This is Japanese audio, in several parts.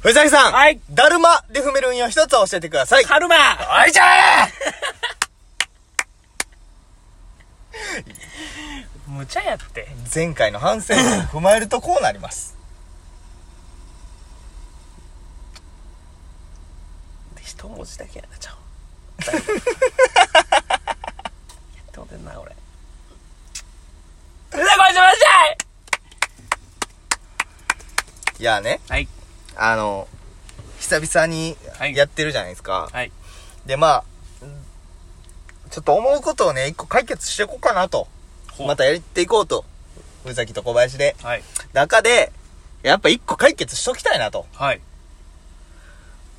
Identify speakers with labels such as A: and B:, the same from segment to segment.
A: 藤崎さん。
B: はい
A: だるまで踏める運用一つ教えてください。
B: カルマ
A: はい、じゃあ
B: 無茶やって。
A: 前回の反省を踏まえるとこうなります。
B: 一文字だけやな、 ちゃう。やってもてんな、俺。うざこいしまし
A: いやね、
B: たはい。
A: あの、久々に
B: はい
A: やってるじゃないですか。
B: はい。
A: で、まあ、ちょっと思うことをね、一個解決していこうかなと。
B: ほう
A: またやっていこうと。藤崎と小林で。
B: はい。
A: 中で、やっぱ一個解決しときたいなと。
B: はい。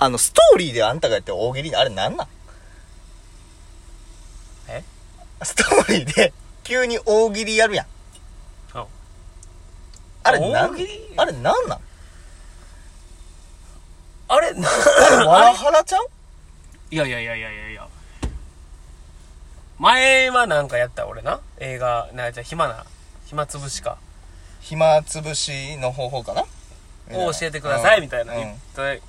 A: あの、ストーリーであんたがやってる大喜利、あれなんなん
B: え
A: ストーリーで、急に大喜利やるやん。
B: あ
A: あれなん
B: 大喜利
A: あれなんなん
B: あれ
A: わら
B: あ
A: はらちゃん
B: れいやいやいやいやいやいや。前はなんかやった、俺な。映画、なんやった、暇な。暇つぶしか。
A: 暇つぶしの方法かな
B: を教えてください、みたいな。
A: うん
B: 言って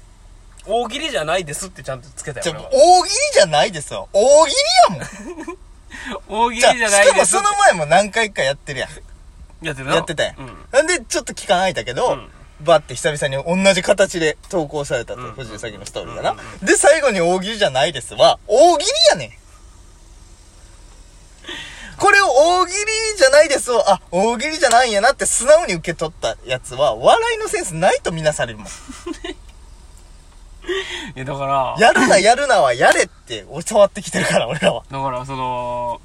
B: 大喜利じゃないですってちゃんとつけた
A: ちょ
B: よ、俺は。
A: 大喜利じゃないですよ。大喜利やもん。
B: 大喜利
A: じゃあ
B: じゃな
A: し
B: い
A: かも
B: です
A: その前も何回かやってるやん。
B: やってるな
A: やってたやん
B: うん。。
A: なんで、ちょっと聞かないだけど、
B: うん
A: バって久々に同じ形で投稿されたと、
B: うん
A: 藤井咲のストーリーかな。で、最後に大喜利じゃないですは、大喜利やねん。これを大喜利じゃないですを、あ、大喜利じゃないんやなって素直に受け取ったやつは、笑いのセンスないとみなされるもん。
B: いや、だから、
A: や るな、やるなはやれって教わってきてるから、俺らは。
B: だから、その、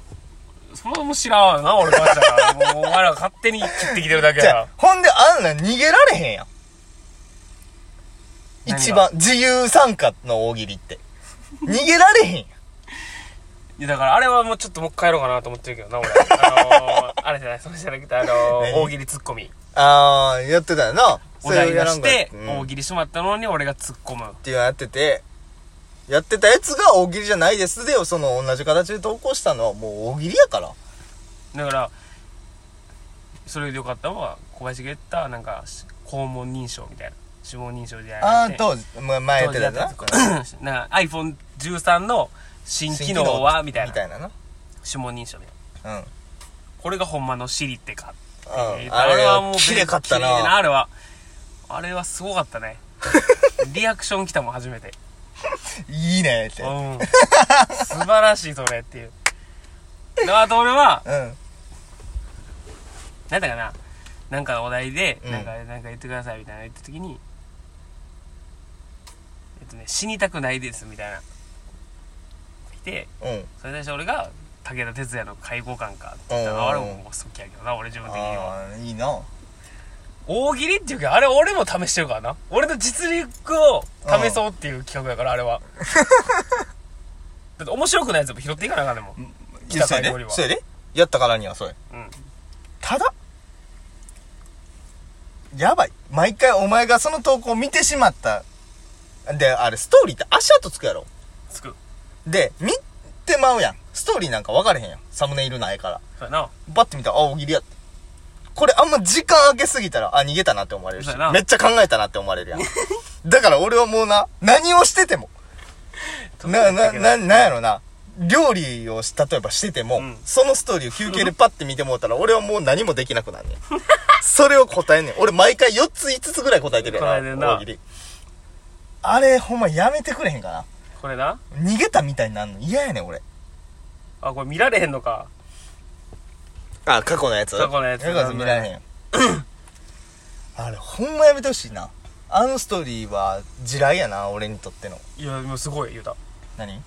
B: そのも知らんわな、俺からしたら。もう、お前らが勝手に切ってきてるだけ
A: じ
B: や
A: ゃあ
B: か、
A: ほんであんな逃げられへんやん。
B: 何が
A: 一番、自由参加の大喜利って。逃げられへんやん。
B: ら。いや、だから、あれはもうちょっともう一回やろうかなと思ってるけどな、俺。あのー、あれじゃない、それじゃなくて、あの ー、
A: 何
B: 大喜利ツッコミ。
A: あー、やってたよな。
B: お題出
A: それを
B: し
A: や
B: て、
A: らんかうん
B: 大
A: っ
B: 喜利しまったのに俺が突っ込む。
A: ていうのやってて、やってたやつが大喜利じゃないですでよ、その同じ形で投稿したのはもう大喜利やから。
B: だから、それでよかったのは、小林が言った、なんか、し肛門認証みたいな。指紋認証じゃな
A: あ
B: くて。
A: ー、当時、ま前やってたやつな。
B: な iPhone13 の新機能はみたいな
A: みたいなな。
B: 指紋認証みたいな
A: うん。
B: これがほんまのシリってか
A: うん。あれはもう、綺麗かった
B: 綺麗
A: な。
B: あれはあれはすごかっ たねリアクション来たもん初めて
A: いいねって。
B: う
A: うん。
B: ん素晴らしいそれっていうであと俺はなんだかななんかお題で、
A: うん
B: なんかなんか言ってくださいみたいなの言った時にえっとね死にたくないですみたいな来て
A: うん。
B: それに対して俺が武田鉄矢の介護官かって言ったらあれももう好きやけどな俺自分的には
A: あー、いいな。
B: 大喜利っていうかあれ俺も試してるからな俺の実力を試そうっていう企画やからあ れはだって面白くないやつも拾っていかなあかんでもん来た
A: そうや
B: かいごり
A: で
B: は
A: そうやでやったからにはそれ
B: うん
A: ただやばい毎回お前がその投稿見てしまったであれストーリーって足跡つくやろ
B: つく
A: で見てまうやんストーリーなんか分かれへんやんサムネイルないから
B: そうやな
A: バッて見たらあ大喜利やってこれあんま時間空けすぎたらあ逃げたなって思われるし
B: そうやな
A: めっちゃ考えたなって思われる やんだから俺はもうな何をしててもな、な、な、なんやろな。料理をし、例えばしてても、
B: うん
A: そのストーリーを休憩でパッて見てもうたら、俺はもう何もできなくなんねん。 それを答えんねん。俺毎回4つ5つぐらい答えてる
B: 答
A: や
B: えて
A: ん
B: ん
A: な、
B: な
A: 大喜利。あれ、ほんまやめてくれへんか
B: これな
A: な。逃げたみたいになるの嫌やねん、俺。
B: あこれ見られへんのか
A: あ、過去のやつ
B: 過去のやつ
A: 過去のやつ見られへん。 あれ、ほんまやめてほしいな。あのストーリーは、地雷やな、俺にとっての。
B: いやもうすごい言うた
A: 何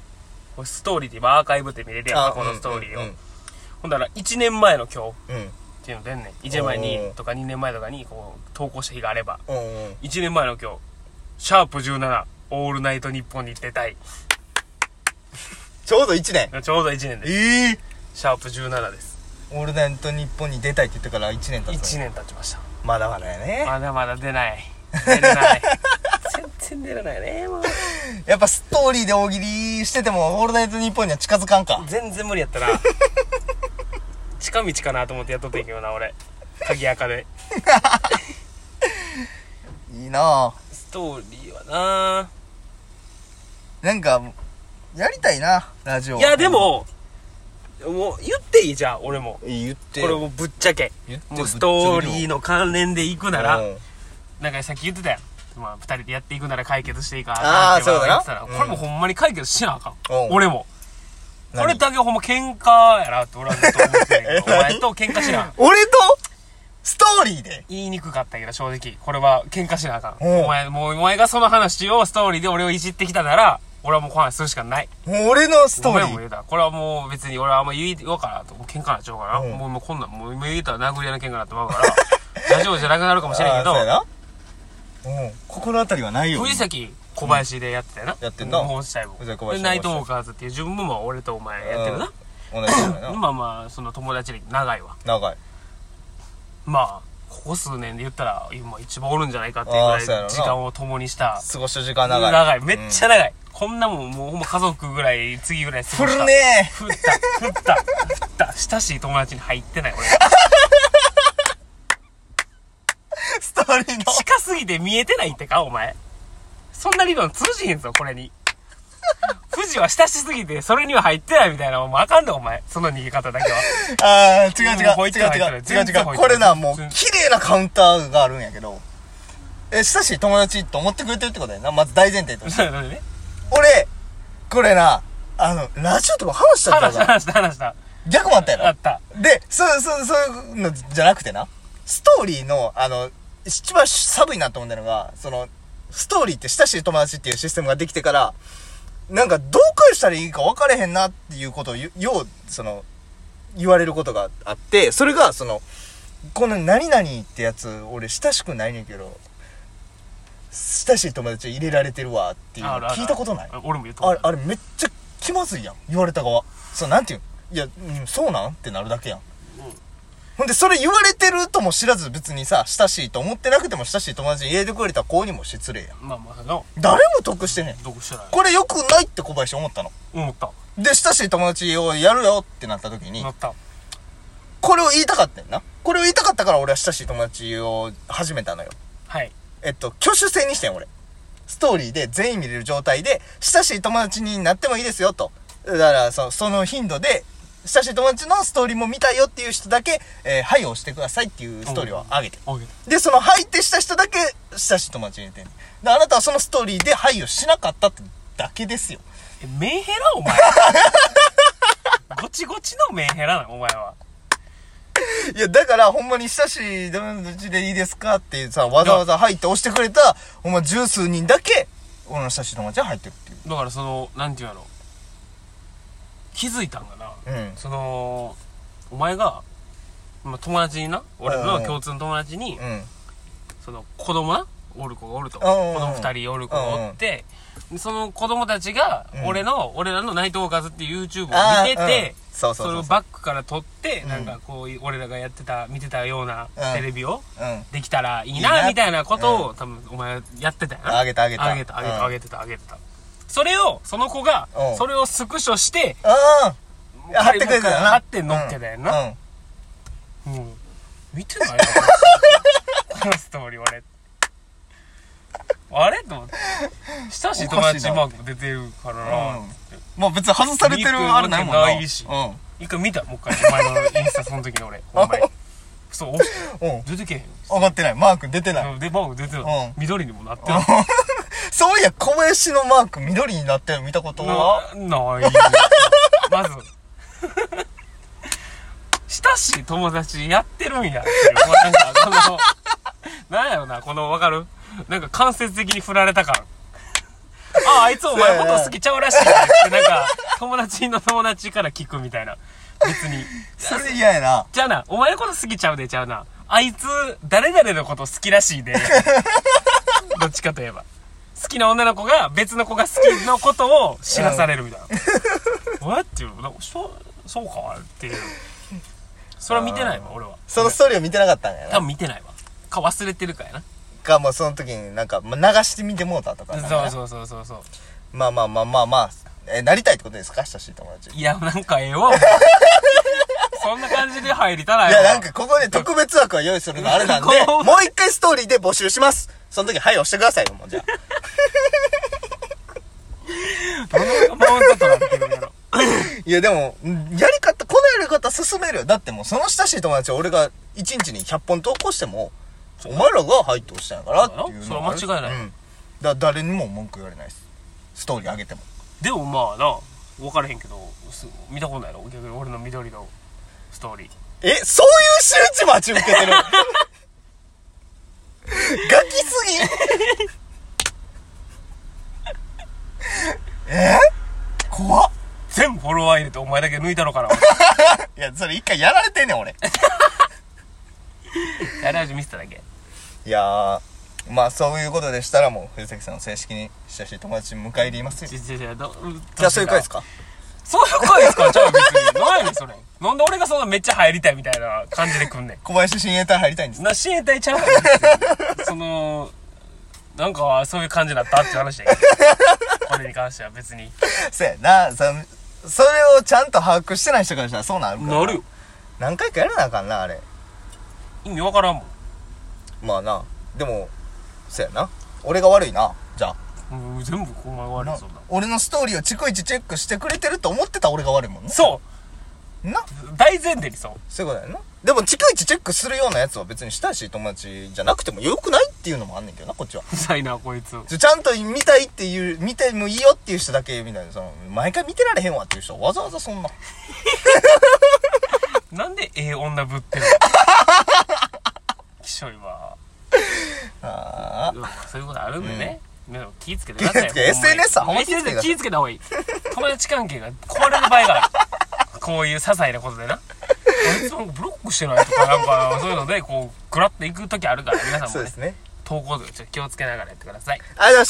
B: これストーリーで今アーカイブって見れるやんかこのストーリーを、
A: うんうん
B: ほんだら1年前の今日
A: うん。うん
B: っていうの出んねん1年前
A: おー
B: にとか2年前とかにこう投稿した日があれば
A: うんうん。
B: 1年前の今日「シャープ #17 オールナイトニッポン」に出たい
A: ちょうど1年。
B: ちょうど1年です
A: ええ
B: シャープ17です
A: オールナイト日本に出たいって言ってから1年経つ
B: 1
A: の
B: 年経ちました
A: まだまだやね
B: まだまだ出 ない出れない全然出れないねもう
A: やっぱストーリーで大喜利しててもオールナイト日本には近づかんか
B: 全然無理 やったな近道かなと思ってやっとってんけどな俺鍵垢で
A: いいなぁ
B: ストーリーはうん
A: なんか、やりたいな、ラジオ。
B: いや、で、も、もう言っていいじゃん、俺も。
A: 言って
B: これもうぶっちゃけ。
A: 言って
B: もうストーリー
A: の
B: の関連で行くなら、なんかさっき言ってたやん。まあ、二人でやっていくなら解決していいか
A: あー
B: なって
A: そうだな
B: 言ってたら、
A: うん
B: これもうほんまに解決しなあかん。
A: うん
B: 俺も。
A: 何
B: 俺だけほんま喧嘩やなって俺はずっと思ってる けど、
A: え
B: お前と喧嘩しな。
A: 俺と、ストーリーで。
B: 言いにくかったけど、正直。これは喧嘩しなあかん。
A: うん
B: お前、もうお前がその話をストーリーで俺をいじってきたなら、俺はもうこの話するしかない。
A: もう俺のスト
B: お
A: ー
B: 前
A: リ
B: も
A: ー。
B: 言うた。これはもう別に俺はあんま言おうからと、喧嘩なっちゃうから、
A: うん
B: もうもうこんなん、もう今言うたら殴り合いの喧嘩になってまう から、ラジオじゃなくなるかもしれんけ
A: あーそうや
B: ど、
A: な。うん。心当たりはないよ。
B: 藤崎小林でやってたよな。
A: んやってんな
B: もうしたいもん。
A: 藤崎小林
B: でナイトウォーカーズっていう自分も俺とお前やってるな。
A: 同じだよな。
B: まあまあ、その友達歴長いわ。
A: 長い。
B: まあ、ここ数年で言ったら、今一番おるんじゃないかっていう
A: あー
B: ぐ
A: そうや
B: ら
A: ろ
B: い
A: な
B: 時間を共にした。
A: 過ごした時間長い。
B: 長い。めっち
A: ゃ。
B: ゃ長い。こんなもん、もうほんま家族ぐらい、次ぐらい過
A: ふ
B: ごした
A: るね
B: 振った振った振った親しい友達に入ってない俺
A: えストーリーの。
B: 近すぎて見えてないってかお前そんな理論通じへんぞこれに富士は親しすぎてそれには入ってないみたいなもうあかんでお前その逃げ方だ けは
A: ああ、違う違う。
B: もう
A: 違
B: 入っ
A: う違
B: てる入
A: う。
B: ってる
A: 違う
B: 全然
A: 違
B: 入って
A: う。
B: る
A: これな、もう
B: 全、然
A: 綺麗なカウンターがあるんやけど。え、親しい友達と思ってくれてるってことやな。まず大前提として。
B: そうだね
A: 俺、これな、あの、ラジオとか話したんちゃう
B: 話し
A: か
B: た
A: な
B: 話した話した
A: 逆もあったやろ
B: あった
A: で、そう、そう、そういうのじゃなくてな、ストーリーの、あの、一番寒いなと思ったのが、その、ストーリーって親しい友達っていうシステムができてから、なんか、どう返したらいいか分かれへんなっていうことをよ、よう、その、言われることがあって、それが、その、この何々ってやつ、俺親しくないねんけど、親しい友達入れられてるわっていうの
B: あるある
A: 聞いたことない
B: 俺も言った
A: あれ
B: こ、と
A: あれめっちゃ気まずいやん。言われた側。そう、なんていうんいや、うん、そうなんってなるだけやん。ほんで、それ言われてるとも知らず別にさ、親しいと思ってなくても親しい友達に入れてくれた子にも失礼やん。
B: まあまあの
A: 誰も得してねん。
B: どこしてない
A: これ良くないって小林思ったの。
B: 思った
A: で、親しい友達をやるよってなった時に
B: 乗、った
A: これを言いたかったんやな。これを言いたかったから俺は親しい友達を始めたのよ。
B: はい
A: えっと、挙手制にしてん、俺。ストーリーで全員見れる状態で、親しい友達になってもいいですよ、と。だから、そその頻度で、親しい友達のストーリーも見たいよっていう人だけ、えー、はいを押してくださいっていうストーリーを上げて。
B: オーケ
A: で、そのはいってした人だけ、親しい友達に入れてんねんで、あなたはそのストーリーではいをしなかったってだけですよ。
B: ーえメンヘラお前 ごちごちのメンヘラなのお前はい
A: や、だから、ほんまに親しい友達でいいですかってさ、わざわざはいって押してくれた、ほんま十数人だけ、俺の親しい友達が入ってるっていう。
B: だからそのなんていうやろ気づいたんかな
A: うん。
B: そのお前が、まあ、友達にな俺の共通の友達に
A: うん。
B: その子供なおる子がおると子
A: うんうんうん
B: 供2人おる子がおってその子供たちが
A: うん
B: 俺の、俺らの「ナイトオーカーズ」っていう YouTube を
A: あ
B: 見てて、
A: うんそうそう
B: それ
A: そ
B: を
A: うそう
B: バックから撮って、なんかこういう俺らがやってた見てたような
A: うん
B: テレビを
A: うん
B: できたらいい
A: いいな
B: なみたいなことを、多分お前やってたよな
A: あげたあげた
B: あげたあげ
A: うん
B: たあげてたあげてたそれをその子が
A: うん
B: それをスクショして
A: ああ貼ってくれてたよな
B: 貼って乗っけたやんな、
A: うん
B: うん、見てないな このストーリー俺あれと思って親しい友達マークも出てるからな、
A: うんもう別に外されてるあれないもんな
B: ないし
A: うんうん
B: 一回見たもう一回お前のインスタその時に俺お前そう押して出てけへん
A: 上がってないマーク出てない
B: そうでマーク出てた、
A: うん
B: 緑にもなってない
A: そういや小林のマーク緑になったの見たことは
B: なない まず親しい友達やってるんやっていう こうなんかこのなんやろなこのわかるなんか間接的に振られた感ああいつお前こと好きちゃうらしいねってなんか友達の友達から聞くみたいな別に
A: それ嫌やな
B: じゃあなお前のこと好きちゃうでちゃうなあいつ誰々のこと好きら しいでどっちかといえば好きな女の子が別の子が好きのことを知らされる みたいなわっていうなんかそそうかっていうそれは見てないわ俺は
A: そのストーリーを見てなかったんや
B: 多
A: な
B: 分見てないわか忘れてるかやな
A: かもうその時になんかま流してみてもうたとかなんか
B: そう
A: な
B: そうそうそうそう
A: まあまあまあまあまあえなりたいってことですか親しい友達い
B: いやなんかええわそんな感じで入りたないわ
A: やなんかここで特別枠を用意するのあれなんで
B: こ
A: もう一回ストーリーで募集しますその時はい押してくださいよもうじゃあ
B: どんなもん となってるんやろ。
A: いやでも、んやり方、このやり方進めるよ。だってもうその親しい友達を俺が1日に100本投稿しても、お前らが配当したんやからっていうのがある
B: それは間違いない
A: うん。だ誰にも文句言われないです。ストーリー上げても。
B: でもまあな、分からへんけど、す見たことないの逆に俺の緑のストーリー。
A: え、そういう周知待ち受けてるガキすぎえ怖っ
B: 全部フォロワー入れてお前だけ抜いたの かな。俺
A: いや、それ一回やられてんねん、俺。
B: やり始め見せただけ。
A: いやー、まあそういうことでしたらもう、藤崎さんを正式に親しい友達に迎え入れますよ。
B: じゃじゃじゃ、ど
A: じゃあそういう回です
B: か
A: か
B: そういう回ですかじゃあ別に。何やねんそれ。なんで俺がそんなめっちゃ入りたいみたいな感じで来んねん。
A: 小林親衛隊入りたいんです
B: な、親衛隊ちゃ うからその、なんか、そういう感じだったっていう話だ けど。これに関しては別に。
A: そうやなそそれをちゃんと把握してない人からしたらそうなるから
B: なるよ。
A: 何回かやらなあかんなあれ
B: 意味わからんも
A: まあなでもそうやな俺が悪いなじゃ
B: ん。うん全部こう前
A: あ
B: 悪
A: ない
B: そんな。
A: 俺のストーリーを逐一チェックしてくれてると思ってた俺が悪いもんね
B: そ
A: な
B: う大前提にそう。
A: そういうことやなでも逐一チェックするようなやつは別に親しい友達じゃなくてもよくないっていうのもあんねんけどなこっちは
B: うざいな、こいつ。
A: ちょちゃんと見たいっていう見てもいいよっていう人だけみたいなその毎回見てられへんわっていう人はわざわざそんな
B: なんでええ女ぶってる のきしょいわ。
A: ああ
B: うんそういうことあるんでね。でも気ぃつけて
A: 気ぃつけ て SNS はほんま気
B: 気
A: ぃつけてください
B: ぃつけた方がいい。友達関係が壊れる場合がある。こういう些細なことでな。あいつなんかブロックしてないとか、なんかそういうので、こう、グラッと行くときあるから、皆さん
A: そうで
B: もね
A: す、ね
B: 投稿とかちょっと気をつけながらやってくださ
A: あ
B: い。
A: りがとうございました